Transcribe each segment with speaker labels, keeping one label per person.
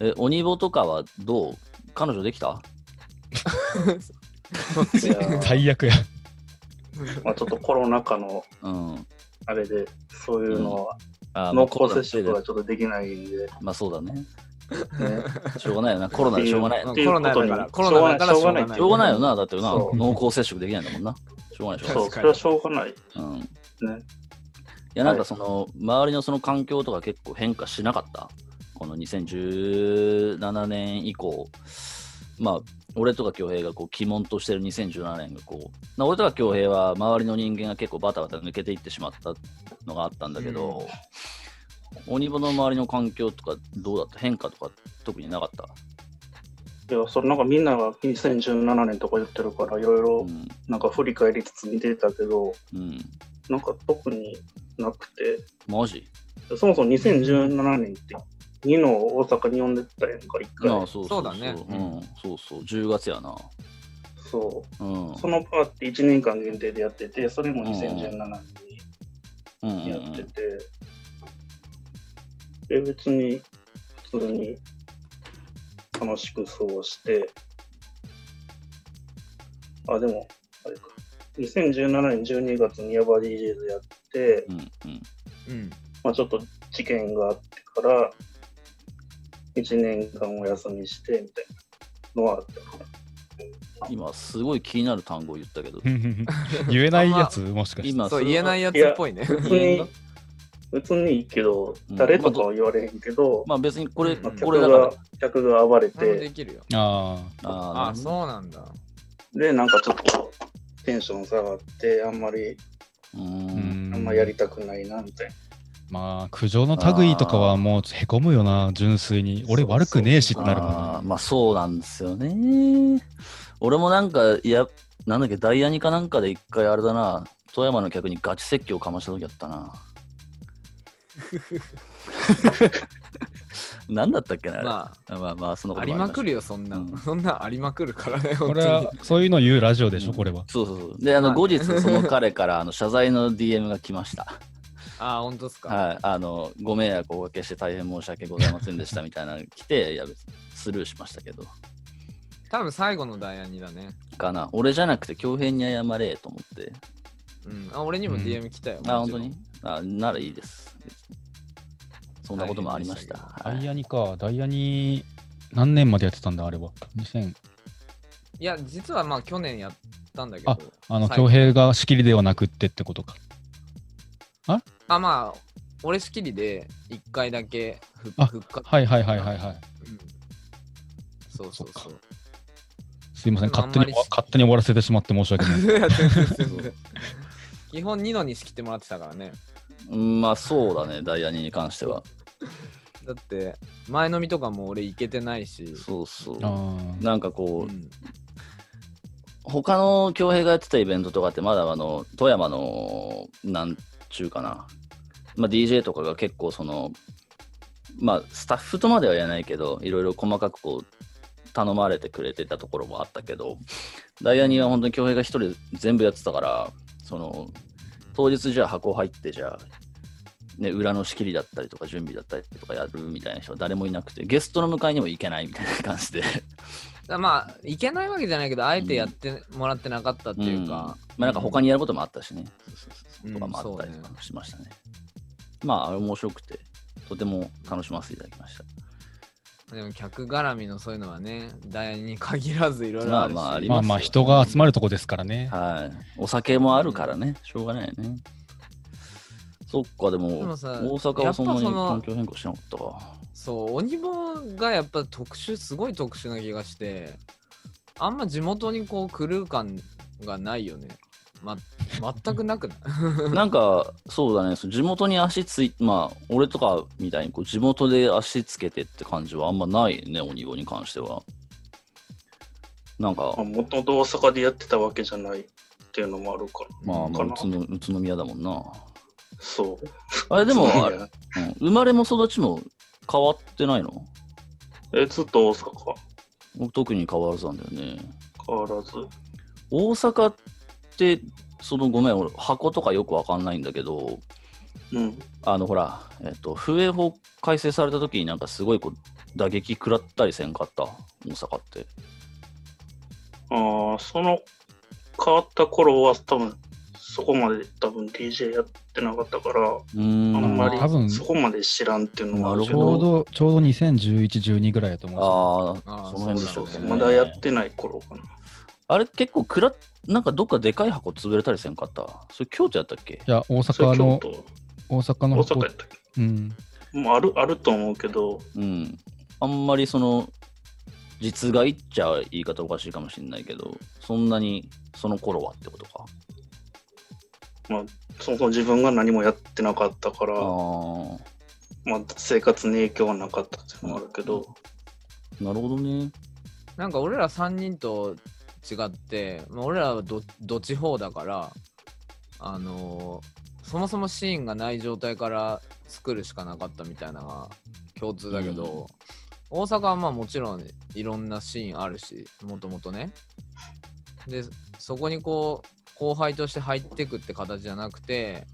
Speaker 1: え、鬼棒とかはどう彼女できた
Speaker 2: いやー
Speaker 3: 最悪や。
Speaker 2: まあ、ちょっとコロナ禍の
Speaker 1: うん。
Speaker 2: あれで、そういうのは、
Speaker 1: あーまあ
Speaker 2: 濃厚接触
Speaker 1: コロナの
Speaker 2: はちょっとできないんで、ね。
Speaker 1: せいでまあそうだね。しょうがないよな。コロナでしょうが ない。
Speaker 2: っ
Speaker 1: して
Speaker 2: いう
Speaker 4: コ
Speaker 2: こ
Speaker 4: ロナ
Speaker 2: と
Speaker 4: だ
Speaker 2: に
Speaker 4: から、コロナだからしょうがない。
Speaker 2: し
Speaker 1: ょうがない
Speaker 4: い。
Speaker 1: よな。だってな、
Speaker 2: そう
Speaker 1: 濃厚接触できないんだもんな。しょうがないでしょう
Speaker 2: そう、
Speaker 4: 確
Speaker 2: そ
Speaker 4: かに
Speaker 2: れはしょうがない。
Speaker 1: がない。うん。い
Speaker 2: ね。
Speaker 1: や、なんかその、周りのその環境とか結構変化しなかった。この2017年以降。まあ、俺とか恭平がこう、鬼門としてる2017年がこう、な俺とか恭平は周りの人間が結構バタバタ抜けていってしまったのがあったんだけど、鬼坊の周りの環境とかどうだった変化とか特になかった。
Speaker 2: いや、それなんかみんなが2017年とか言ってるから、いろいうろ
Speaker 1: ん。
Speaker 2: なんか振り返りつつ見てたけど、
Speaker 1: うん。
Speaker 2: なんか特になくて、
Speaker 1: マジ
Speaker 2: そもそも2017年って、ニノを大阪に呼んでたやんか、一回。
Speaker 1: ああそう
Speaker 4: そうだね
Speaker 1: うん、そうそう、10月やな。
Speaker 2: そ
Speaker 1: うん。
Speaker 2: う。そのパーティー1年間限定でやってて、それも2017
Speaker 1: うんうん
Speaker 2: 年にや
Speaker 1: う
Speaker 2: って
Speaker 1: ん
Speaker 2: て、で、別に普通に楽しく過ごして、あ、でも、あれか。2017年12月にヤバ DJs やって、
Speaker 1: うんうん。
Speaker 4: うん。
Speaker 2: まあ、ちょっと事件があってから、1年間お休みしてみたいなのはあったかな。
Speaker 1: 今、すごい気になる単語を言ったけど、
Speaker 3: 言えないやつ、もしかして。
Speaker 1: 今、。
Speaker 4: そう、言えないいやつっぽいね。
Speaker 2: 別に、別にいいけど
Speaker 1: う、ん
Speaker 2: 誰とかは言われへんけど、
Speaker 1: まあ別にこれ、
Speaker 4: うん
Speaker 1: こ
Speaker 2: 客
Speaker 1: れだか
Speaker 2: が
Speaker 1: ら、、
Speaker 2: 客が暴れ
Speaker 4: 何もで
Speaker 2: て、
Speaker 4: きるよ。
Speaker 3: あ
Speaker 1: あ
Speaker 4: あ
Speaker 1: あ、
Speaker 4: あ、そうなんだ。
Speaker 2: で、なんかちょっとテンション下がって、あんまり、
Speaker 1: うー
Speaker 3: あ。
Speaker 1: ん。
Speaker 2: あんまやりたくないな、みたい
Speaker 3: まあ、苦情の類とかはもうへこむよな、純粋に。俺悪くねえしってなる
Speaker 1: あ
Speaker 3: か
Speaker 1: ーまあそうなんですよね。俺もなんか、いや、なんだっけ、ダイヤニかなんかで一回あれだな、富山の客にガチ説教かました時やった な。なんだったっけな、あれ
Speaker 4: ま
Speaker 1: あまあまあ、その
Speaker 4: あ、ありまく
Speaker 1: る
Speaker 4: るよ、そんな
Speaker 1: うん
Speaker 4: ん。そんなんありまくるからね、
Speaker 3: ら。こ
Speaker 4: 本
Speaker 3: れ
Speaker 4: 当
Speaker 3: は、そういうの言うラジオでし
Speaker 1: う
Speaker 3: ょ、
Speaker 1: ん
Speaker 3: これは。
Speaker 1: そうそうそう。で、あの、
Speaker 4: まあ
Speaker 1: 後
Speaker 4: ね
Speaker 1: 日、その彼からあの謝罪の DM が来ました。
Speaker 4: ああ、本当っすか。
Speaker 1: はい。あの、ご迷惑をおかけして大変申し訳ございませんでしたみたいなの来て、いや、別にスルーしましたけど、
Speaker 4: 多分最後のダイヤにだね。
Speaker 1: かな。俺じゃなくて、恭平に謝れと思って。
Speaker 4: うん。あ、俺にも DM 来たよ。
Speaker 1: あ、
Speaker 4: も
Speaker 1: 本
Speaker 4: ち
Speaker 1: 当
Speaker 4: ろん
Speaker 1: にあ、ならいいです。別にそんなこともありました。
Speaker 4: 大変
Speaker 3: ダ
Speaker 1: は
Speaker 3: イ
Speaker 1: い、
Speaker 3: ヤニか、ダイヤニ、何年までやってたんだ、あれは。2000、
Speaker 4: いや、実はまあ去年やったんだけど。
Speaker 3: あの、
Speaker 4: 最後
Speaker 3: 恭平が仕切りではなくってってことか。
Speaker 4: あ、まあ、俺仕切りで一回だけ復
Speaker 3: あ
Speaker 4: 復活。
Speaker 3: はいはいはいはいはい。
Speaker 4: うんそうそうそう。
Speaker 3: すいません、
Speaker 4: でもあん
Speaker 3: 勝
Speaker 4: ま
Speaker 3: 手に
Speaker 4: り
Speaker 3: 勝手に終わらせてしまって申し 訳ない。
Speaker 4: い や全然全然基本ニノに仕切ってもらってたからね。
Speaker 1: うんまあ、そうだね、ダイヤニに関しては。
Speaker 4: だって、前飲みとかも俺行けてないし。
Speaker 1: そうそう。
Speaker 3: あ
Speaker 1: なんかこう、
Speaker 4: うん
Speaker 1: 他の恭平がやってたイベントとかってまだあの富山のなんちゅうかな、まあ、DJ とかが結構そのまあスタッフとまでは言えないけどいろいろ細かくこう頼まれてくれてたところもあったけどダイヤニは本当に恭平が一人で全部やってたからその当日じゃあ箱入ってじゃあね、裏の仕切りだったりとか準備だったりとかやるみたいな人は誰もいなくてゲストの迎えにも行けないみたいな感じで
Speaker 4: だまあ、いけないわけじゃないけど、あえてやってもらってなかったっていうか、
Speaker 1: まあなんか他にやることもあったしね、そうそうそう
Speaker 4: うん
Speaker 1: とかもあったりとかもしましたね。まあ、あれ面白くて、とても楽しませていただきました。
Speaker 4: でも客絡みのそういうのはね、ダイヤに限らずいろいろ
Speaker 1: ま
Speaker 4: あ
Speaker 1: あ
Speaker 4: るし、
Speaker 1: まああり
Speaker 3: ーまあまあ、人が集まるとこですからね。
Speaker 1: はい。お酒もあるからね、しょうがないよね。そっか、でも、
Speaker 4: でもさ
Speaker 1: 大阪はそんなに
Speaker 4: やっぱその
Speaker 1: 環境変更しなかったか。
Speaker 4: そう、鬼棒がやっぱ特殊、すごい特殊な気がして、あんま地元にこう、クルー感がないよね。ま、全くなくない
Speaker 1: なんか、そうだね、そう地元に足ついまあ、俺とかみたいにこう地元で足つけてって感じはあんまないね、鬼棒に関しては。なんか
Speaker 2: な。、もともと大阪でやってたわけじゃないっていうのもあるから。
Speaker 1: まあまあ、
Speaker 2: か
Speaker 1: 宇
Speaker 2: な
Speaker 1: 都宇都宮だもんな。
Speaker 2: そう。
Speaker 1: あれでも、あれ
Speaker 2: ね
Speaker 1: うん生まれも育ちも変わってないの
Speaker 2: え、ずっと大阪
Speaker 1: 僕特に変わらずなんだよね。
Speaker 2: 変わらず。
Speaker 1: 大阪って、そのごめん、俺、箱とかよくわかんないんだけど、
Speaker 2: うん。
Speaker 1: あのほら、えっと、笛法改正された時になんかすごいこう、打撃食らったりせんかった、大阪って。
Speaker 2: ああ、その変わった頃は多分そこまで多分 DJ やってなかったから、
Speaker 1: うーん
Speaker 2: あんまり
Speaker 3: 多分
Speaker 2: そこまで知らんっていうのもあるけ
Speaker 1: な
Speaker 3: ち
Speaker 1: る
Speaker 3: ょ
Speaker 1: ほ
Speaker 3: うど、ちょうど2011、12ぐらいやと思うん
Speaker 1: あーそ
Speaker 4: あー
Speaker 1: の辺でしょう
Speaker 4: そ
Speaker 1: ね。
Speaker 4: う
Speaker 2: まだやってない頃かな。
Speaker 1: あれ結構くら、なんかどっかでかい箱潰れたりせんかった。それ京都やったっけ
Speaker 3: ですよ。いや、大
Speaker 2: それ
Speaker 3: 阪
Speaker 2: 京
Speaker 3: の、
Speaker 2: 都、
Speaker 3: 大阪
Speaker 2: 大
Speaker 3: の
Speaker 2: 阪やったっ
Speaker 3: うん。
Speaker 2: けもうある、あると思うけど、
Speaker 1: うん。あんまりその、実害っちゃ言い方おかしいかもしれないけど、そんなにその頃はってことか。
Speaker 2: そもそも自分が何もやってなかったから、
Speaker 1: ああ。
Speaker 2: まあ生活に影響はなかったっていうのもあるけど、
Speaker 1: なるほどね。
Speaker 4: なんか俺ら3人と違って、まあ、俺らはどど地方だからあのーそもそもシーンがない状態から作るしかなかったみたいなのが共通だけど、大阪はまあもちろんいろんなシーンあるしもともとねでそこにこう後輩として入ってくって形じゃなくて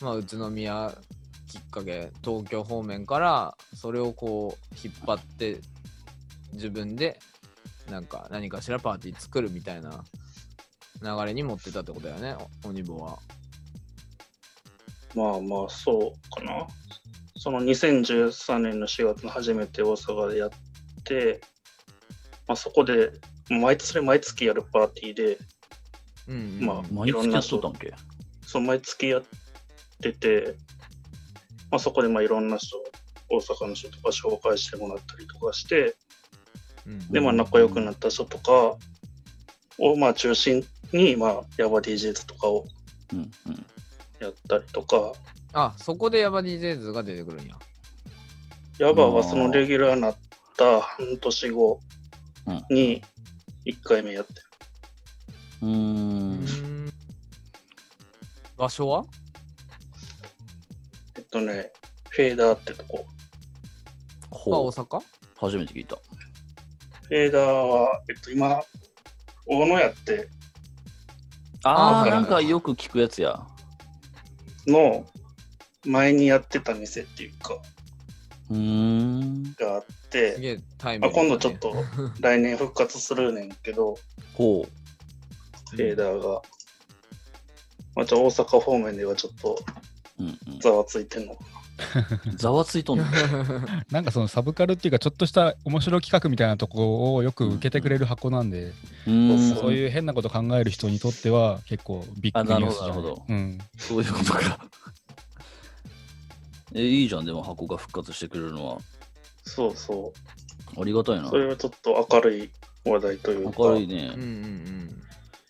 Speaker 4: まあ宇都宮きっかけ東京方面からそれをこう引っ張って自分でなんか何かしらパーティー作るみたいな流れに持ってたってことだよねお鬼坊は
Speaker 2: まあまあそうかな。その2013年の4月に初めて大阪でやって、まあ、そこで毎月それ毎月やるパーティーで、
Speaker 4: うんうん、
Speaker 2: まあ
Speaker 1: 毎月やっとったんけ。
Speaker 2: その毎月やってて、まあ、そこでまあいろんな人、大阪の人とか紹介してもらったりとかして、
Speaker 4: うん
Speaker 2: でまあ仲良くなった人とかをまあ中心に、まあ、ヤバ DJs とかを
Speaker 1: うんうん。
Speaker 2: やったりとか、
Speaker 4: あそこでヤバ DJ ズが出てくるんや
Speaker 2: ヤバはそのレギュラーになった半年後に1回目やってる。
Speaker 1: うー。
Speaker 4: うんん場所は
Speaker 2: えっとね、フェーダーってとこ。
Speaker 4: は
Speaker 1: ほ
Speaker 4: 大
Speaker 1: う。
Speaker 4: 阪
Speaker 1: 初めて聞いた。
Speaker 2: フェーダーは、えっと今、大野屋って
Speaker 1: あ
Speaker 4: あ
Speaker 1: あ、
Speaker 4: ー
Speaker 1: なんかよく聞くやつや。
Speaker 2: の前にやってた店っていうか、
Speaker 1: うーん。
Speaker 2: があっ
Speaker 4: す
Speaker 2: て、
Speaker 4: げえタイム
Speaker 2: まあ、
Speaker 4: リーだね
Speaker 2: 今度ちょっと来年復活するねんけど、
Speaker 1: ほう。
Speaker 2: フェーダーが。まあ、ちょ大阪方面ではちょっと
Speaker 1: うん
Speaker 2: ざわついてんのか
Speaker 1: うん、ざわついとんの
Speaker 3: なんかそのサブカルっていうか、ちょっとした面白企画みたいなとこをよく受けてくれる箱なんで、
Speaker 1: うーん
Speaker 2: ん
Speaker 3: そういう変なこと考える人にとっては結構ビッグニュースじゃ
Speaker 1: あなるほ
Speaker 3: ない
Speaker 1: どなるほど
Speaker 3: うん。
Speaker 1: そういうことか えいいじゃんでも箱が復活してくれるのは
Speaker 2: そうそ。
Speaker 1: ありがたいうな
Speaker 2: それはちょっと明るい話題というか、
Speaker 1: 明るい
Speaker 4: うんう
Speaker 1: ね
Speaker 4: んうん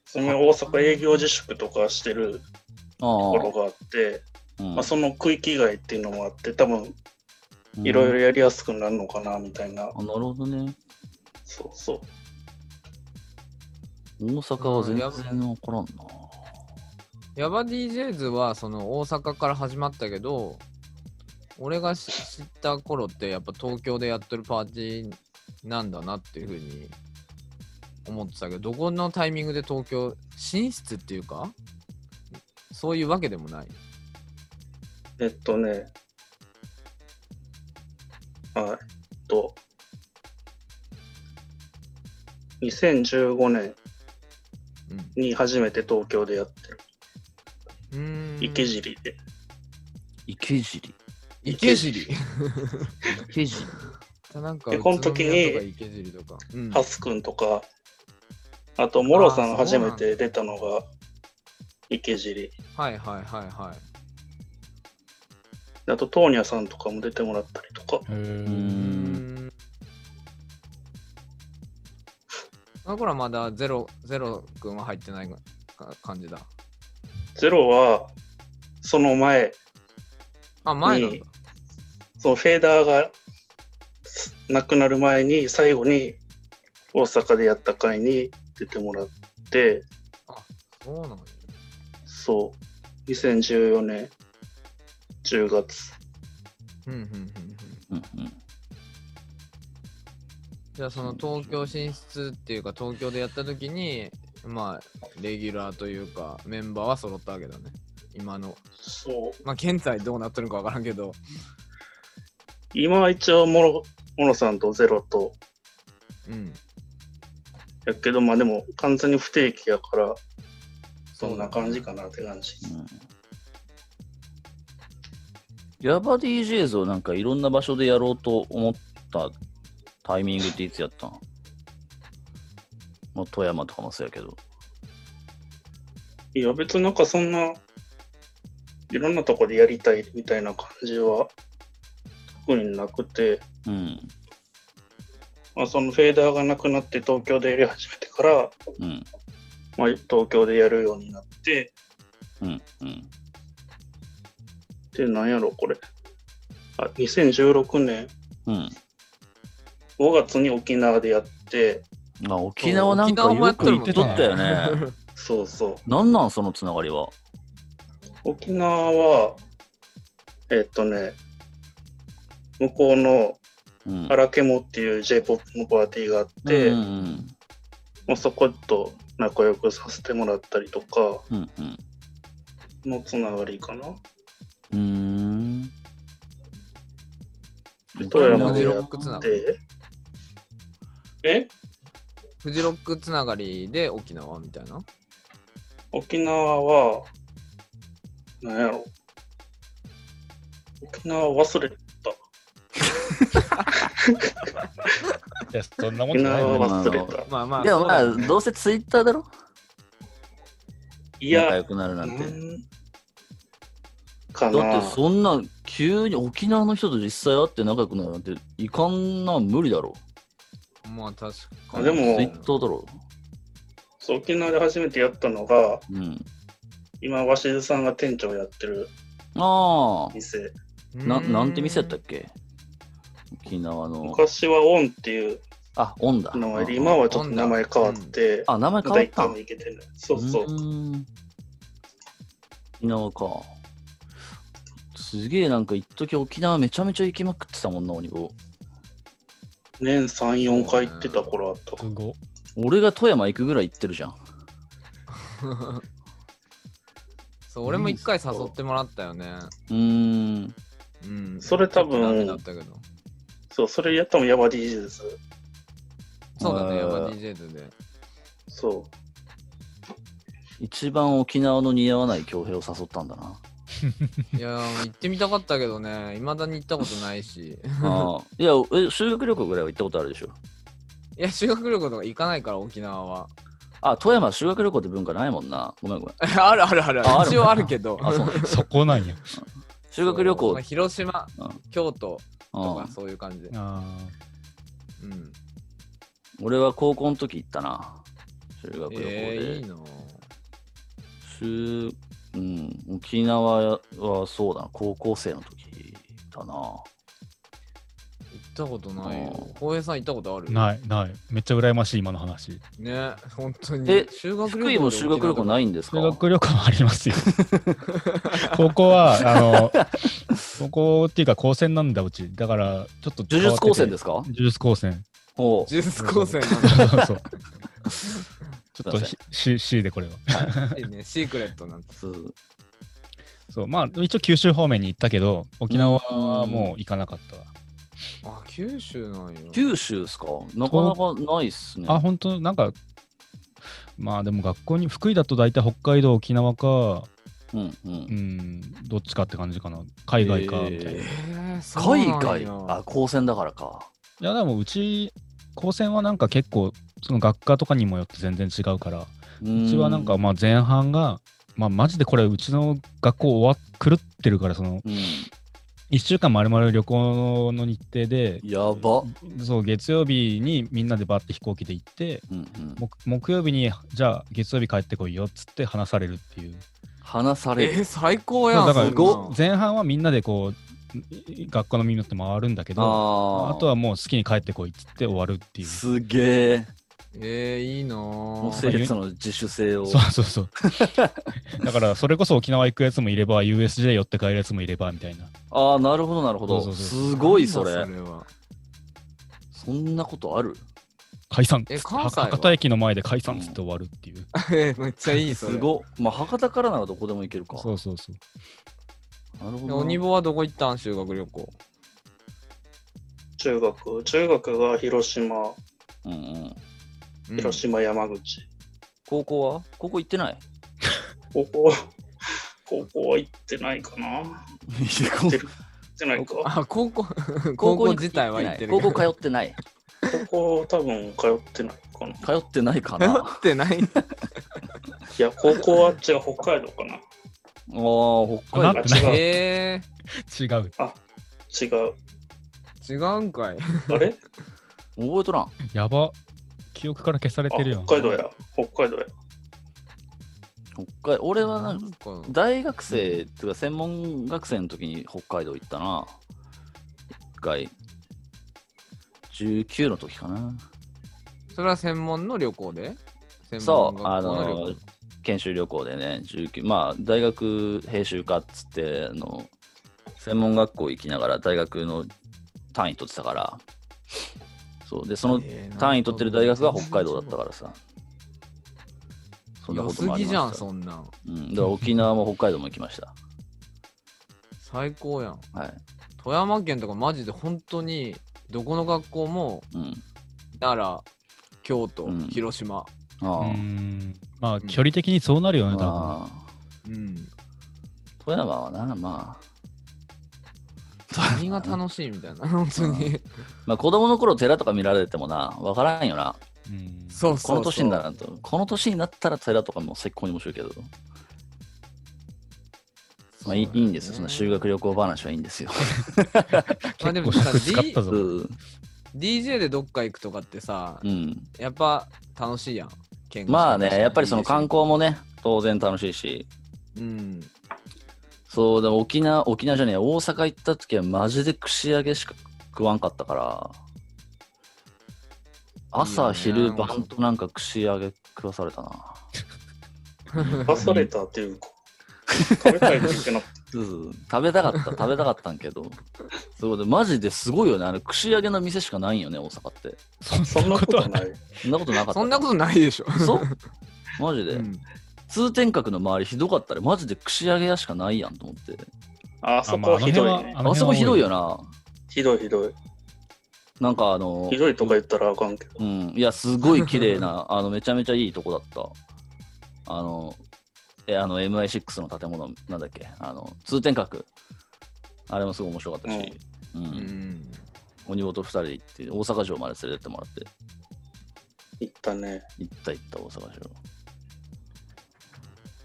Speaker 2: その大阪営業自粛とかしてる
Speaker 1: ああ
Speaker 2: ところがあって、
Speaker 1: うん
Speaker 2: まあ、その区域外っていうのもあって、多分いろいろやりやすくなるのかなみたいな、
Speaker 1: うんあなるほどね
Speaker 2: そうそう。
Speaker 1: 大阪は全然
Speaker 4: うんや
Speaker 1: わ
Speaker 4: ば
Speaker 1: からんな
Speaker 4: ヤバ DJ ズはその大阪から始まったけど俺が知知った頃ってやっぱ東京でやってるパーティーなんだなっていうふうに思ってたけどどこのタイミングで東京進出っていうかそういうわけでもない
Speaker 2: えっとね、あえっと、2015年
Speaker 4: うん
Speaker 2: に初めて東京でやってる、
Speaker 4: うーん
Speaker 2: 池尻で。
Speaker 1: 池尻
Speaker 4: 池 尻
Speaker 1: 池尻
Speaker 4: なんか
Speaker 2: でこの時に
Speaker 4: 宇都宮とか池尻とか、うん
Speaker 2: ハスくんとか、あと、モロさんが初めて出たのが池尻。
Speaker 4: はいはいはいはい
Speaker 2: あと、トーニャさんとかも出てもらったりとか。
Speaker 3: へー
Speaker 1: うん
Speaker 4: うんその頃はまだゼロ、ゼロ君は入ってないか感じだ。
Speaker 2: ゼロは、その前、
Speaker 4: あ、前なんだ。
Speaker 2: そのフェーダーがすなくなる前に、最後に大阪でやった回に出てもらって、
Speaker 4: そうなのよ。
Speaker 2: そう、2014年10月。
Speaker 4: うんうんうんうん。
Speaker 1: うんうん
Speaker 4: じゃあその東京進出っていうか東京でやった時に、まあ、レギュラーというかメンバーは揃ったわけだね。今の。
Speaker 2: そう、
Speaker 4: まあ、現在どうなってるのかわからんけど。
Speaker 2: 今は一応モロ小野さんとゼロと、
Speaker 4: うん。
Speaker 2: やけど、まあでも完全に不定期やから、そんな感じかなって感じ。
Speaker 1: うんヤバ DJs をなんかいろんな場所でやろうと思ったタイミングっていつやったんまあ、富山とかもそうやけど。
Speaker 2: いや、別になんかそんな、いろんなとこでやりたいみたいな感じは、特になくて、
Speaker 1: うん。
Speaker 2: まあ、そのフェーダーがなくなって東京でやり始めてから、
Speaker 1: うん。
Speaker 2: まあ、東京でやるようになって、
Speaker 1: うん。うん。
Speaker 2: で、なんやろ、これ。あ、2016年
Speaker 1: うん。
Speaker 2: 5月に沖縄でやって、
Speaker 1: まあ、沖縄なんかよく行っとったよね。
Speaker 2: そうそう。
Speaker 1: なんなんそのつながりは。
Speaker 2: 沖縄は、えっとね、向こうの
Speaker 1: うん。
Speaker 2: 荒モっていう J-POP のパーティーがあって、
Speaker 1: うんうん
Speaker 2: まあ、そこと仲良くさせてもらったりとか
Speaker 1: うん。うん
Speaker 2: のつながりか
Speaker 1: う
Speaker 2: な。
Speaker 1: ん。うーん。
Speaker 2: 富山
Speaker 4: フ
Speaker 2: で
Speaker 4: ジロ
Speaker 2: や
Speaker 4: ックつな
Speaker 2: っ
Speaker 4: がり。
Speaker 2: て、え
Speaker 4: フジロックつながりで沖縄みたいな。
Speaker 2: 沖縄は、なんやろ。沖縄忘れ、
Speaker 3: いやそんなこ
Speaker 2: 沖
Speaker 3: と
Speaker 2: 縄
Speaker 3: ないよ。
Speaker 2: 忘れた。
Speaker 4: まあまあ。
Speaker 1: でもまあ、
Speaker 4: そうだね
Speaker 1: どうせツイッターだろ
Speaker 2: い
Speaker 1: 仲
Speaker 2: や
Speaker 1: 良、くなるなんて。
Speaker 2: なんか
Speaker 1: だ
Speaker 2: な
Speaker 1: ってそんな急に沖縄の人と実際会って仲良くなるなんていかんな無理だろ。
Speaker 4: まあ確か
Speaker 2: あ
Speaker 4: に。
Speaker 2: でも
Speaker 1: ツイッターだろ。
Speaker 2: そう沖縄で初めてやったのが、
Speaker 1: うん。
Speaker 2: 今、鷲津さんが店長やってる
Speaker 1: あ
Speaker 2: 店。
Speaker 1: あ、ななんて店やった
Speaker 4: っ
Speaker 1: っけ沖縄の。
Speaker 2: 昔はオンっていう
Speaker 1: あ、オンだ。
Speaker 2: 名前で、今はちょっと名前変わって、
Speaker 1: あ、名前変
Speaker 2: また
Speaker 1: わっ
Speaker 2: 一
Speaker 1: た
Speaker 2: 回も行けてない。そうそう。
Speaker 1: ーん沖縄か。すげえなんか一時沖縄めちゃめちゃ行きまくってたもんな、鬼子。
Speaker 2: 年3、4回行ってた頃あった。
Speaker 3: すごい
Speaker 1: 俺が富山行くぐらい行ってるじゃん。
Speaker 4: そう、俺も一回誘ってもらったよね。
Speaker 1: うーん。
Speaker 4: うん。
Speaker 2: それ多分
Speaker 4: ちょっとダメだったけど。
Speaker 2: そう、それやったのもヤバ DJ です。
Speaker 4: そうだね、
Speaker 1: え
Speaker 4: や
Speaker 1: ー
Speaker 4: っぱ DJ ズで。
Speaker 2: そ
Speaker 1: 一番沖縄の似合わない京平を誘ったんだ な。
Speaker 4: いやー、行ってみたかったけどね、いまだに行ったことないし。
Speaker 1: ああいや、え修学旅行ぐらいは行ったことあるでしょ。
Speaker 4: いや、修学旅行とか行かないから、沖縄は。
Speaker 1: あ、富山修学旅行って文化ないもんな。ごめんごめん。
Speaker 4: あるあるある
Speaker 1: ああ。る
Speaker 4: 一応あるけど。
Speaker 1: あ、そう。
Speaker 3: そこなんや。
Speaker 1: 修学旅
Speaker 4: そう
Speaker 1: 行
Speaker 4: まあ。広島、
Speaker 1: うん
Speaker 4: 京都と
Speaker 1: う
Speaker 4: か
Speaker 1: ん、
Speaker 4: そういう感じ。
Speaker 3: あ
Speaker 4: うん。
Speaker 1: 俺は高校の時行ったな。修学旅行で。
Speaker 4: えー、いいな
Speaker 1: 中うん、沖縄はそうだな、高校生の時だな。
Speaker 4: 行ったことない
Speaker 1: あ
Speaker 4: よ
Speaker 1: ー。
Speaker 4: 浩平さん行ったことあ
Speaker 3: ー
Speaker 4: る
Speaker 3: ない、ない。めっちゃ羨ましい、今の話。
Speaker 4: ね、本当に。
Speaker 1: え
Speaker 4: 修学
Speaker 1: 福井も修学旅行
Speaker 4: い
Speaker 1: ないんですか
Speaker 3: 修学旅行もありますよ。 ここは、あの、ここっていうか、高専なんだ、うち。だから、ちょっと。。
Speaker 1: 呪術高専ですすか
Speaker 3: 呪術高専。
Speaker 1: おう
Speaker 4: ジュース高専なんだ
Speaker 3: そうそう。ちょっと
Speaker 1: すいま
Speaker 3: C, C でこれは。
Speaker 4: いいね、シークレットなんて。
Speaker 1: す
Speaker 3: そう、まあ、一応九州方面に行ったけど、沖縄はもう行かなかったわ。
Speaker 4: あ、九州なんよ。
Speaker 1: 九州ですかなかなかないっすね。
Speaker 3: あ、本当なんか、まあでも学校に、福井だと大体北海道、沖縄か、
Speaker 1: うんう。
Speaker 3: うんん、どっちかって感じかな。海外か、みたいな。
Speaker 1: えー
Speaker 4: えー、そう
Speaker 1: 海
Speaker 4: なんや
Speaker 1: 外あ、高専だからか。
Speaker 3: いやでもうち高専はなんか結構その学科とかにもよって全然違うからう
Speaker 1: う
Speaker 3: ちはなんか、まあ前半がまあマジでこれうちの学校終わ狂ってるからその
Speaker 1: うん、
Speaker 3: 1週間まるまる旅行の日程で
Speaker 1: やば。
Speaker 3: そう月曜日にみんなでバーって飛行機で行って
Speaker 1: うんうん、
Speaker 3: 木木曜日にじゃあ月曜日帰ってこいよっつって話されるっていう
Speaker 1: 話さ
Speaker 4: え
Speaker 1: れる。
Speaker 4: ー、最高やん。
Speaker 3: だから
Speaker 4: そんなん
Speaker 3: 前半はみんなでこう学校のみんなって回るんだけど
Speaker 1: あ
Speaker 3: あ
Speaker 1: ー
Speaker 3: とはもう好きに帰ってこいっつって終わるっていう。
Speaker 1: すげえ。
Speaker 4: えー、いいな
Speaker 1: もう
Speaker 4: ぁ
Speaker 1: 生活の自主性を。
Speaker 3: そうそうそう。だから、それこそ沖縄行くやつもいれば、USJ 寄って帰るやつもいれば、みたいな。
Speaker 1: ああ、なるほど、なるほど。
Speaker 3: そうそうそ
Speaker 1: すごい、それ
Speaker 4: なん。だは
Speaker 1: そんなことある
Speaker 3: 解散っつって
Speaker 4: え関西は
Speaker 3: 博多駅の前で解散っつって終わるっていう。
Speaker 4: えーめっちゃいい、それ。
Speaker 1: すごまあ、博多からならどこでも行けるか。
Speaker 3: そうそうそう。
Speaker 1: なるほ
Speaker 4: で
Speaker 1: どな。
Speaker 4: 鬼坊はどこ行ったん修学旅行。
Speaker 2: 中学。中学が広島、
Speaker 1: うんうん。
Speaker 4: うん
Speaker 2: 広島、山口。
Speaker 1: 高校は高校行ってない
Speaker 2: 高校、高校は行ってないかな行ってないか。
Speaker 4: あ高校 高校自体は行
Speaker 1: 行
Speaker 4: っ
Speaker 1: ってて
Speaker 4: る
Speaker 1: ない。高
Speaker 4: 通
Speaker 1: 校通ってない。
Speaker 2: 高校多分通ってないかな。い
Speaker 1: 通ってないかな。あ
Speaker 4: って ない
Speaker 2: や、高校は違う、北海道かな。
Speaker 1: あ、北海
Speaker 2: あ
Speaker 1: 道。
Speaker 3: な
Speaker 2: 違う。
Speaker 4: え
Speaker 3: 違
Speaker 2: 違
Speaker 3: う。
Speaker 2: う。
Speaker 4: ー、違うんかい
Speaker 2: あれ
Speaker 1: 覚えとらん。
Speaker 3: やば。記憶から消されてるよ
Speaker 2: あ。北海道や。北海道や。
Speaker 1: 北海俺はなんか
Speaker 4: なんか
Speaker 1: 大学生っていうか専門学生の時に北海道行ったな一回19の時かな
Speaker 4: それは専門の旅行で専
Speaker 1: そ
Speaker 4: 門
Speaker 1: う
Speaker 4: 学校の旅行
Speaker 1: あの研修旅行でね19まあ大学編修科っつってあの専門学校行きながら大学の単位取ってたからそうでその
Speaker 4: えー
Speaker 1: 単位取ってる大学が北海道だったからさそんな
Speaker 4: 良
Speaker 1: こと
Speaker 4: す
Speaker 1: もありまし
Speaker 4: ぎじ
Speaker 1: た
Speaker 4: ゃんそんなん
Speaker 1: うん、だから沖縄も北海道も行きました
Speaker 4: 最高やん
Speaker 1: はい
Speaker 4: 富山県とかマジで本当にどこの学校も
Speaker 1: うん
Speaker 4: 奈良京都、
Speaker 1: うん
Speaker 4: 広島
Speaker 1: あ
Speaker 3: う
Speaker 1: あ、
Speaker 3: ーん。まあ、距離的にそうなるよね、多分。
Speaker 1: まあ
Speaker 4: うん
Speaker 1: 富山はな、ま
Speaker 4: 何が楽しいみたいな 本当に
Speaker 1: あ、まあ子供の頃寺とか見られてもな、わからんよな。
Speaker 3: うん
Speaker 4: そうそうそう
Speaker 1: この年にならんと。この年になったら寺とかも最高に面白いけど。まあいい,、いいんですよ、その修学旅行話はいいんですよ。
Speaker 4: まあでも
Speaker 3: 結
Speaker 4: さ
Speaker 3: 構使った
Speaker 1: う
Speaker 3: ぞ。
Speaker 1: ん。
Speaker 4: DJ でどっか行くとかってさ
Speaker 1: うん
Speaker 4: やっぱ楽しいやん見学
Speaker 1: まあね、やっぱりその観
Speaker 4: DJ
Speaker 1: 光もね、当然楽しいし。
Speaker 4: うん
Speaker 1: そう、でも沖縄、沖縄じゃねえ、大阪行った時はマジで串揚げしか食わんかったから。朝、
Speaker 4: いいよね
Speaker 1: 昼、晩となんか串揚げ食わされたな。
Speaker 2: 出されたっていうか、食べたいって言ってなかっ
Speaker 1: そうそう食べたかった、食べたかったんけど。そうで、マジですごいよね。あの、串揚げの店しかないんよね、大阪って。
Speaker 3: そん
Speaker 2: た。そんなことはない。
Speaker 1: そんなことなかった。
Speaker 4: そんなことないでしょ
Speaker 1: そうマジで、
Speaker 4: うん
Speaker 1: 通天閣の周りひどかったら、マジで串揚げ屋しかないやんと思って。
Speaker 2: あそこはひどいね。
Speaker 1: あそこひどいよ
Speaker 3: な。
Speaker 1: な。
Speaker 2: ひどいひどい。
Speaker 1: なんかあの
Speaker 2: ひ、どいとか言ったらあかんけど。
Speaker 1: うん、いや、すごい綺麗な、あの、めちゃめちゃいいとこだった。あの、え、あの、MI6 の建物、なんだっけ、あの、通天閣。あれもすごい面白かったし、うん。
Speaker 4: うん
Speaker 1: 鬼ごと二人で行って、大阪城まで連れてってもらって。
Speaker 2: 言ったね。
Speaker 1: 行った行った大阪城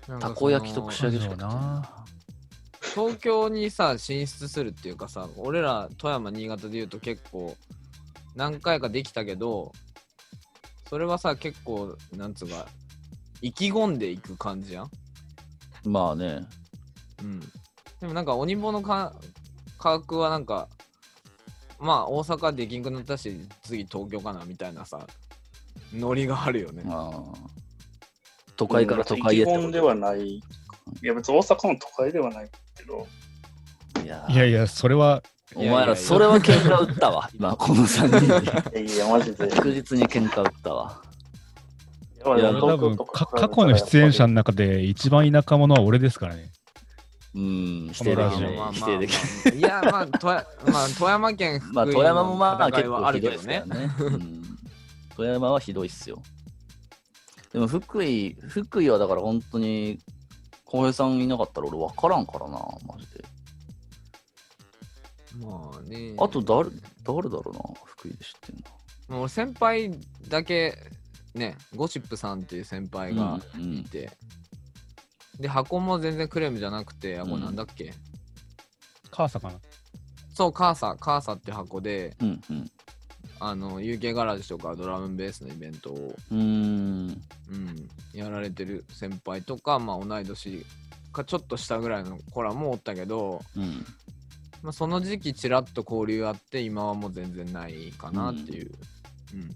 Speaker 4: なんかそ
Speaker 1: た
Speaker 4: の
Speaker 1: こ焼きと串揚げしか食って
Speaker 3: そうだ
Speaker 1: な
Speaker 3: な
Speaker 4: 東京にさ進出するっていうかさ俺ら富山新潟で言うと結構何回かできたけどそれはさ結構なんつうか意気込んでいく感じやん、
Speaker 1: いまあね
Speaker 4: うん、でもなんか鬼棒のか価格はなんかまあ大阪できんくなったし次東京かなみたいなさノリがあるよね、
Speaker 1: まあ都会から都会へ
Speaker 2: 意
Speaker 1: っ
Speaker 2: 気
Speaker 1: て
Speaker 2: 込
Speaker 1: こ
Speaker 2: んではない。いや、別に大阪も都会ではないけど、
Speaker 1: といや
Speaker 3: いやいや、それは、
Speaker 1: お前らそれは喧嘩売ったわ今この3人
Speaker 2: いやいや、マジで。いや
Speaker 1: 確実に喧嘩売ったわ
Speaker 2: まあ
Speaker 1: いや
Speaker 2: でも
Speaker 3: 多分か過去の出演者の中で一番田舎者は俺ですからね。
Speaker 1: うん否定でき
Speaker 3: このラジ
Speaker 1: ない
Speaker 3: オ
Speaker 1: 否定できない
Speaker 4: いやまあ富 山まあ富山県福井
Speaker 1: まあ富山もま
Speaker 4: の
Speaker 1: あ
Speaker 4: 戦い
Speaker 1: 結
Speaker 4: は
Speaker 1: 構
Speaker 4: あ
Speaker 1: ひ
Speaker 4: る
Speaker 1: ど
Speaker 4: け
Speaker 1: いで
Speaker 4: ど
Speaker 1: すから
Speaker 4: ね
Speaker 1: ねうん富山はひどいっすよでも福井福井はだから本当に浩平さんいなかったら俺分からんからなマジで
Speaker 4: まあね
Speaker 1: あと誰誰だろうな福井で知ってんの
Speaker 4: もう俺先輩だけねゴシップさんっていう先輩が
Speaker 1: うん
Speaker 4: いて、で箱も全然クレームじゃなくてあこれなんだっけ、
Speaker 3: 母さんかな。
Speaker 4: そうカーサカーサって箱で
Speaker 1: うんうん
Speaker 4: あの UK ガラージとかドラムベースのイベントを、
Speaker 1: うーん。
Speaker 4: うん、やられてる先輩とか、まあ、同い年かちょっと下ぐらいの子らもおったけど、
Speaker 1: うん。
Speaker 4: まあ、その時期ちらっと交流あって今はもう全然ないかなっていう、うん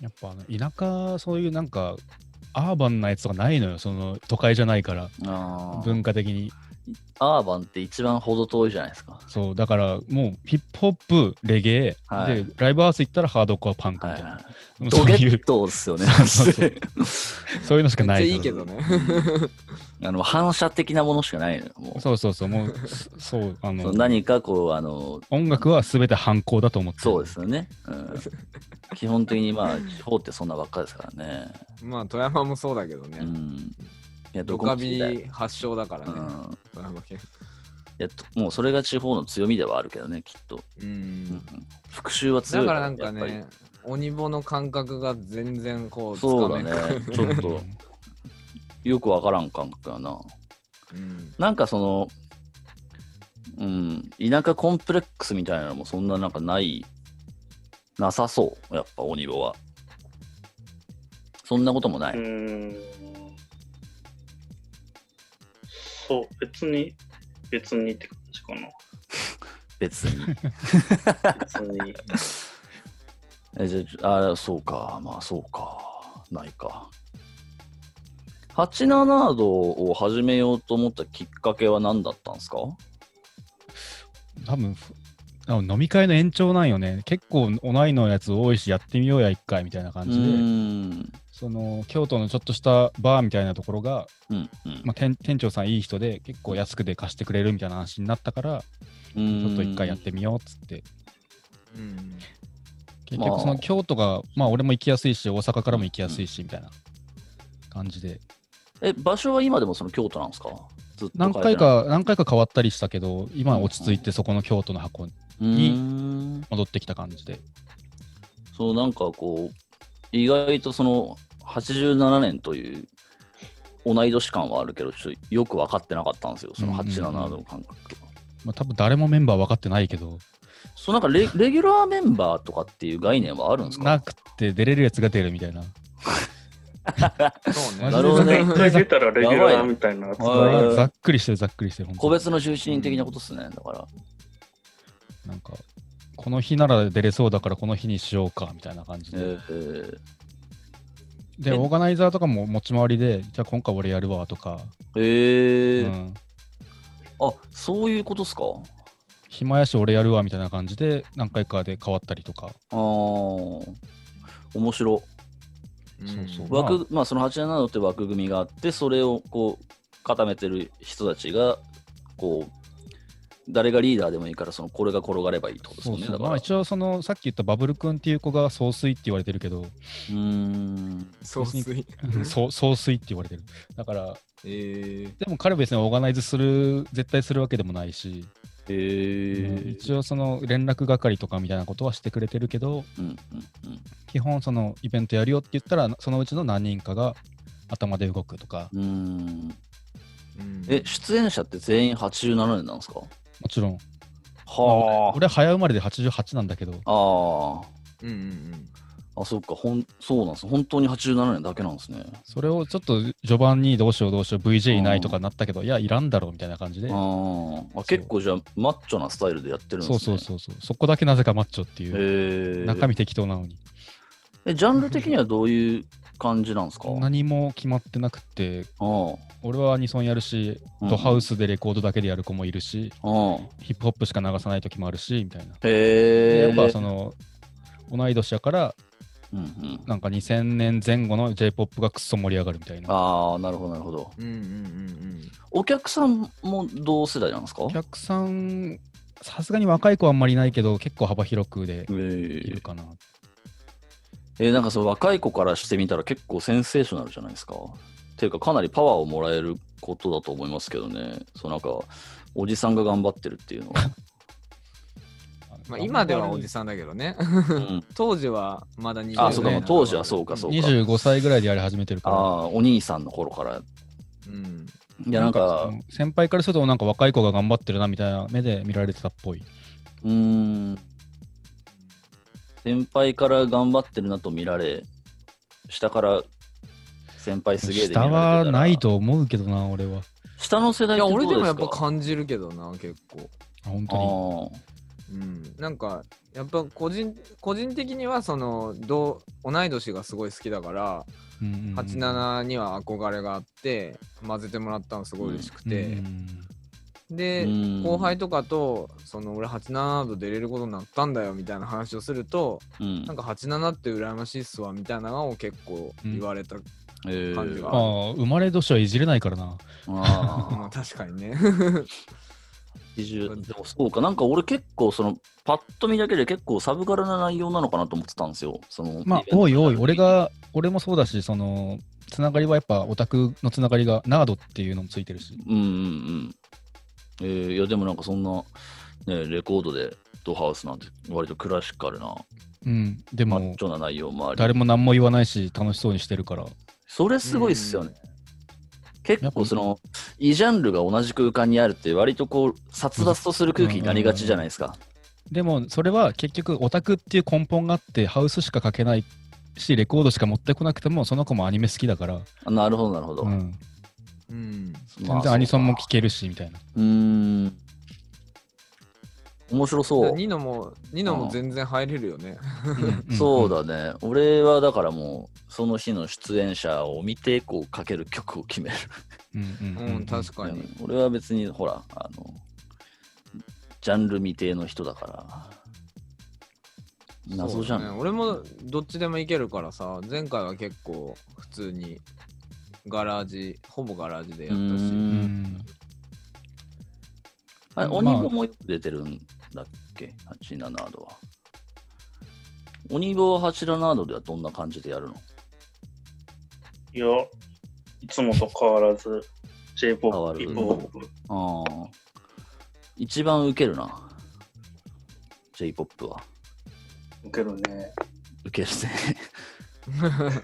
Speaker 3: やっぱあの田舎、そういうなんか、アーバンなやつとかないのよ、その都会じゃないから、
Speaker 1: ああ。
Speaker 3: 文化的に。
Speaker 1: アーバンって一番程遠いじゃないですか。
Speaker 3: そう、だからもうヒップホップ、レゲエ、
Speaker 1: はい
Speaker 3: で、ライブハウス行ったらハードコアパンクみ
Speaker 1: はい
Speaker 3: たいな。
Speaker 1: は
Speaker 3: も
Speaker 1: い。
Speaker 3: う
Speaker 1: ド
Speaker 3: そう
Speaker 1: ゲ
Speaker 3: い
Speaker 1: ッ
Speaker 3: う、
Speaker 1: トですよね。
Speaker 3: そうそう そうそういうのしか
Speaker 4: めっち
Speaker 3: な
Speaker 4: ゃ
Speaker 3: い。
Speaker 4: いいけどね。
Speaker 1: あの反射的なものしかないのよ。もう
Speaker 3: そうそうそう、もう、そそう、あ
Speaker 1: そ
Speaker 3: の
Speaker 1: う、何かこう、あの、
Speaker 3: 音楽は全て反抗だと思ってる
Speaker 1: そうですよね。うん、 基本的にまあ、地方ってそんなばっかですからね。
Speaker 4: まあ富山もそうだけど
Speaker 1: う
Speaker 4: ね。
Speaker 1: ん。いや、
Speaker 4: ド
Speaker 1: どこ
Speaker 4: カ
Speaker 1: も聞きたい
Speaker 4: ビ発祥だから
Speaker 1: う
Speaker 4: ね。
Speaker 1: ん
Speaker 4: 富山県。
Speaker 1: いやともうそれが地方の強みではあるけどね、きっと。
Speaker 4: う
Speaker 1: うん
Speaker 4: ん。
Speaker 1: 復讐は強
Speaker 4: だ
Speaker 1: い
Speaker 4: からなんか
Speaker 1: やっぱり
Speaker 4: ね、鬼ぼの感覚が全然こう、つ
Speaker 1: そ
Speaker 4: か
Speaker 1: う
Speaker 4: めん
Speaker 1: だね。ちょっと、よくわからん感覚だな。
Speaker 4: うん
Speaker 1: なんかその、うん、田舎コンプレックスみたいなのもそんななんかない、なさそう、やっぱ鬼坊は。そんなこともない。
Speaker 2: うーんそう、別に、別にって感じかな。
Speaker 1: 別に。
Speaker 2: 別に。
Speaker 1: えじゃあ、そうか、まあそうか、ないか。87度を始めようと思ったきっかけは何だったんですか
Speaker 3: 多分ふあ飲み会の延長なんよね結構同いのやつ多いしやってみようや一回みたいな
Speaker 1: う
Speaker 3: 感じで、
Speaker 1: ーん。
Speaker 3: その京都のちょっとしたバーみたいなところが、
Speaker 1: うんうん
Speaker 3: まあ、店店長さんいい人で結構安くで貸してくれるみたいな話になったから
Speaker 1: う
Speaker 3: ち
Speaker 1: ーん
Speaker 3: ょっと一回やってみようっつって
Speaker 4: うん。
Speaker 3: 結
Speaker 1: まあ
Speaker 3: 局その京都がまあ俺も行きやすいし大阪からも行きやすいしみたいな感じで
Speaker 1: え、場所は今でもその京都なんですかずっと
Speaker 3: 何回か何回か変わったりしたけど今は落ち着いてそこの京都の箱に
Speaker 1: に
Speaker 3: に戻ってきた感じで
Speaker 1: そうなんかこう意外とその87年という同い年感はあるけどちょっとよく分かってなかったんですよその87の感覚とか、
Speaker 3: まあ多分誰もメンバー分かってないけど
Speaker 1: そうなんかレレギュラーメンバーとかっていう概念はあるんです
Speaker 3: な
Speaker 1: か
Speaker 3: くて出れるやつが出るみたいな
Speaker 4: そうね。
Speaker 1: なるほどね
Speaker 2: 一回出たらレギュラーみたいなやつ
Speaker 1: やばい
Speaker 2: が。
Speaker 1: ね
Speaker 3: ざっくりしてるざっくりしてる。本当
Speaker 1: 個別の11人的なことですね、だから
Speaker 3: なんか、この日なら出れそうだからこの日にしようかみたいな感じ
Speaker 1: え
Speaker 3: で。
Speaker 1: ー
Speaker 3: で、オーガナイザーとかも持ち回りで、じゃあ今回俺やるわとか、
Speaker 1: えー
Speaker 3: うん、
Speaker 1: あそういうことっすか
Speaker 3: 暇やし俺やるわみたいな感じで何回かで変わったりとか。
Speaker 1: ああ面白
Speaker 3: そうそう
Speaker 4: うん
Speaker 3: わ
Speaker 1: 枠、まあ、その87のって枠組みがあってそれをこう固めてる人たちがこう誰がリーダーでもいいからそのこれが転がればいいってことです
Speaker 3: そ
Speaker 1: よ
Speaker 3: う
Speaker 1: ね
Speaker 3: そう。
Speaker 1: だか
Speaker 3: ま
Speaker 1: ら
Speaker 3: あ
Speaker 1: う
Speaker 3: 一応その、さっき言ったバブル君っていう子が総帥って言われてるけど、
Speaker 1: ーん
Speaker 4: 総帥。
Speaker 3: 総総帥って言われてる。だから、
Speaker 4: ええ。
Speaker 3: でも彼は別にオーガナイズする、絶対するわけでもないし、
Speaker 1: へ
Speaker 3: うん
Speaker 1: え
Speaker 3: 一応その連絡係とかみたいなことはしてくれてるけど、
Speaker 1: うんうんうん
Speaker 3: 基本そのイベントやるよって言ったらそのうちの何人かが頭で動くとか
Speaker 1: うーん
Speaker 4: うん
Speaker 1: え出演者って全員87年なんですか
Speaker 3: もちろん
Speaker 1: は
Speaker 3: 俺早生まれで88なんだけど
Speaker 1: ああ
Speaker 4: うんうん
Speaker 1: ああそっかほんそうなんです本当に87年だけなんですね
Speaker 3: それをちょっと序盤にどうしようどうしよう VJ いないとかなったけどいやいらんだろうみたいな感じで
Speaker 1: あーあ結構じゃあマッチョなスタイルでやってるんです
Speaker 3: そ
Speaker 1: ね
Speaker 3: うそうそうそうそこだけなぜかマッチョっていう
Speaker 1: へえ
Speaker 3: 中身適当なのに
Speaker 1: えジャンル的にはどういう感じなんですか
Speaker 3: 何も決まってなくて
Speaker 1: あ
Speaker 3: 俺はアニソンやるし
Speaker 1: うん
Speaker 3: ドハウスでレコードだけでやる子もいるし
Speaker 1: あうん
Speaker 3: ヒップホップしか流さない時もあるしみたいなで
Speaker 1: へ
Speaker 3: や
Speaker 1: え
Speaker 3: っぱその同い年やから
Speaker 1: うんうん、
Speaker 3: なんか2000年前後の J-POP がくっそ盛り上がるみたいな。
Speaker 1: ああなるほどなるほど
Speaker 4: うんうんうん
Speaker 1: お客さんも同世代なんですか
Speaker 3: お客さん、さすがに若い子はあんまりいないけど、結構幅広く
Speaker 1: え
Speaker 3: でいる
Speaker 1: ー、
Speaker 3: かな。
Speaker 1: えーなんかその若い子からしてみたら結構センセーショナルじゃないですかっていうかかなりパワーをもらえることだと思いますけどねそのなんかおじさんが頑張ってるっていうのは、
Speaker 4: まあ今ではおじ
Speaker 3: さ
Speaker 4: さんだけどね。
Speaker 1: うん、
Speaker 4: 当時はまだ20代
Speaker 1: あそうか
Speaker 3: ね
Speaker 1: 当時はそうかそうか
Speaker 3: 25歳ぐらいでやり始めてる
Speaker 1: あ
Speaker 3: か
Speaker 1: あお兄さんの頃から
Speaker 4: うん。
Speaker 1: い
Speaker 3: ら。
Speaker 1: やなんか
Speaker 3: その先輩からすると、なんか若い子が頑張ってるなみたいな目で見られてたっぽい。
Speaker 1: うーん先輩から頑張ってるなと見られ、下から先輩すげえで見ら
Speaker 3: 下
Speaker 1: れてたら
Speaker 3: はない。と思うけどな、俺は。
Speaker 1: 下の世代
Speaker 4: い
Speaker 1: って
Speaker 4: や、
Speaker 1: どうで
Speaker 4: 俺
Speaker 1: すか
Speaker 4: でもやっぱ感じるけどな、結構。
Speaker 3: あ本
Speaker 1: あ
Speaker 3: 当
Speaker 4: うん。なんか、やっぱ個人個人的には、その、同同い年がすごい好きだから、
Speaker 3: にうんうんうん。
Speaker 4: 87には憧れがあって、混ぜてもらったのすごい嬉しくて、
Speaker 3: うんうん
Speaker 4: で、
Speaker 1: うん
Speaker 4: 後輩とかと、その俺87度出れることになったんだよみたいな話をすると、
Speaker 1: うん
Speaker 4: なんか87って羨ましいっすわみたいなのを結構言われた。
Speaker 1: えー
Speaker 4: 感じが
Speaker 3: ああ、生まれ年はいじれないからな。
Speaker 1: あ
Speaker 4: まあ確かにね。
Speaker 1: ー80でもそうか、なんか俺結構、その、パッと見だけで結構サブカルな内容なのかなと思ってたんですよ。その
Speaker 3: まあ、おいおい、俺、が、俺もそうだし、その、つながりはやっぱオタクのつながりがナードっていうのもついてるし。
Speaker 1: うんうんうん。えー、いや、でもなんかそんな、ね、レコードでドハウスなんて、割とクラシカルな、
Speaker 3: うん。で
Speaker 1: マ
Speaker 3: も
Speaker 1: ッチ、ョな内容もあり、
Speaker 3: 誰も何も言わないし、楽しそうにしてるから。
Speaker 1: それすごいっすよね。結
Speaker 3: やっ
Speaker 1: 構
Speaker 3: ぱ
Speaker 1: その、異ジャンルが同じ空間にあるって、割とこう、殺伐とする空気になりがちじゃないですか。
Speaker 3: でも、それは結局、オタクっていう根本があって、ハウスしか書けないし、レコードしか持ってこなくても、その子もアニメ好きだから、
Speaker 1: あなるほど、なるほど。
Speaker 3: うん、
Speaker 4: うん。
Speaker 1: ま
Speaker 3: 全
Speaker 1: あ
Speaker 3: 然アニソンも
Speaker 1: そう
Speaker 3: 聴けるし、みたいな。
Speaker 1: かうーん。面白そう。
Speaker 4: ニノも、ニノも全然入れるよね。
Speaker 3: うん
Speaker 1: そう。だね。俺はだからもう、その日の出演者を見て、こう、かける曲を決める。
Speaker 3: うん
Speaker 4: う、
Speaker 3: うんんうん
Speaker 4: 確かに。
Speaker 1: 俺は別に、ほら、あの、ジャンル未定の人だから。謎じゃん。
Speaker 4: そうだ
Speaker 1: う
Speaker 4: ね俺もどっちでもいけるからさ、前回は結構普通にガラージ、ほぼガラージでや
Speaker 1: ー。
Speaker 4: ったし。
Speaker 3: うんん
Speaker 1: あれ、
Speaker 3: まあ
Speaker 1: 鬼子もよく出てるんだっけ ?87 度は。鬼子は87度ではどんな感じでやるの
Speaker 2: いや、いつもと変わらず、
Speaker 1: 変わ
Speaker 2: J-POP、
Speaker 1: る
Speaker 2: P-POP。
Speaker 1: ああ。一番ウケるな。J-POP は。
Speaker 2: 受けるね。
Speaker 1: ウケる ね。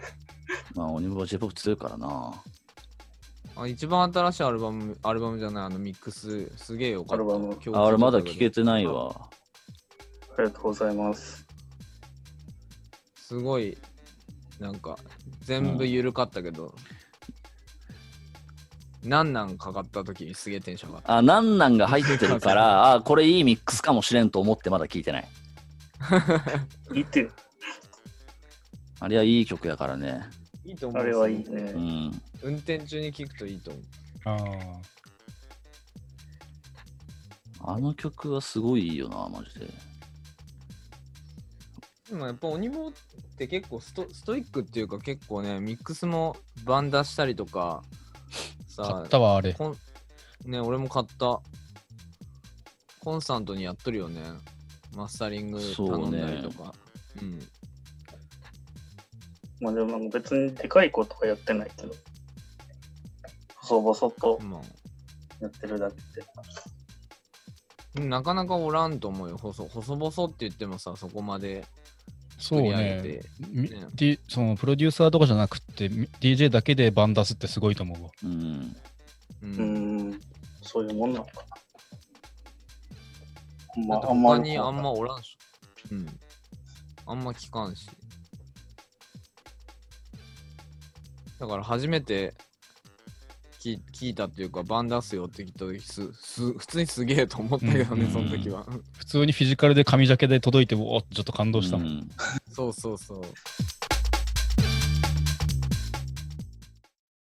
Speaker 1: まあ、鬼も J-POP 強いからな。
Speaker 4: あ一番新しいアルバム、アルバムじゃない、あのミックス、すげえよかった。
Speaker 2: アルバム
Speaker 4: 今日
Speaker 1: ああれ、まだ聞けてないわ。
Speaker 2: ありがとうございます。
Speaker 4: すごい、なんか、全部緩かったけど、なんなんかかった時にすげえテンション上がった。
Speaker 1: あ、なんなんが入ってる から、あ、これいいミックスかもしれんと思ってまだ聞いてない。
Speaker 2: いいってよ、
Speaker 1: あれはいい曲やからね。
Speaker 4: いいと思う。
Speaker 2: あれはいい
Speaker 1: うん。
Speaker 2: ね。
Speaker 4: 運転中に聞くといいと思う。
Speaker 3: あ
Speaker 1: あの曲はすごいいいよな、マジで。
Speaker 4: でもやっぱ鬼棒って結構ストストイックっていうか結構ねミックスもバン出したりとか
Speaker 3: あ、買
Speaker 4: さ
Speaker 3: ったわ、あれ。
Speaker 4: こんね俺も買ったコンスタントにやっとるよねマスタリング頼んだりとかう,、
Speaker 2: まあでもなんか別にでかいことはやってないけど、細々と
Speaker 4: んまあ
Speaker 2: やってるだけで。
Speaker 4: でもなかなかおらんと思うよ細細々って言ってもさそこまで
Speaker 3: そ
Speaker 4: 取
Speaker 3: う
Speaker 4: り上げ
Speaker 3: ね。
Speaker 4: て
Speaker 3: み
Speaker 4: ね
Speaker 3: D- そのプロデューサーとかじゃなくて、み DJ だけでバン出すってすごいと思うわ。
Speaker 1: うん。
Speaker 4: う
Speaker 2: うんーん、そういうもんなのかな。
Speaker 4: だ
Speaker 2: ま
Speaker 4: って
Speaker 2: あ、あ
Speaker 4: 他にあ
Speaker 2: んま
Speaker 4: んまおらんし、うん、あんま聞かんしだから初めて聞聞いたっていうかバン出すよって聞いた時すす普通にすげえと思ったけどね、
Speaker 1: うん
Speaker 4: その時は
Speaker 3: 普通にフィジカルで紙ジャケで届いて、おちょっと感動したもん。
Speaker 1: うん
Speaker 4: そうそうそう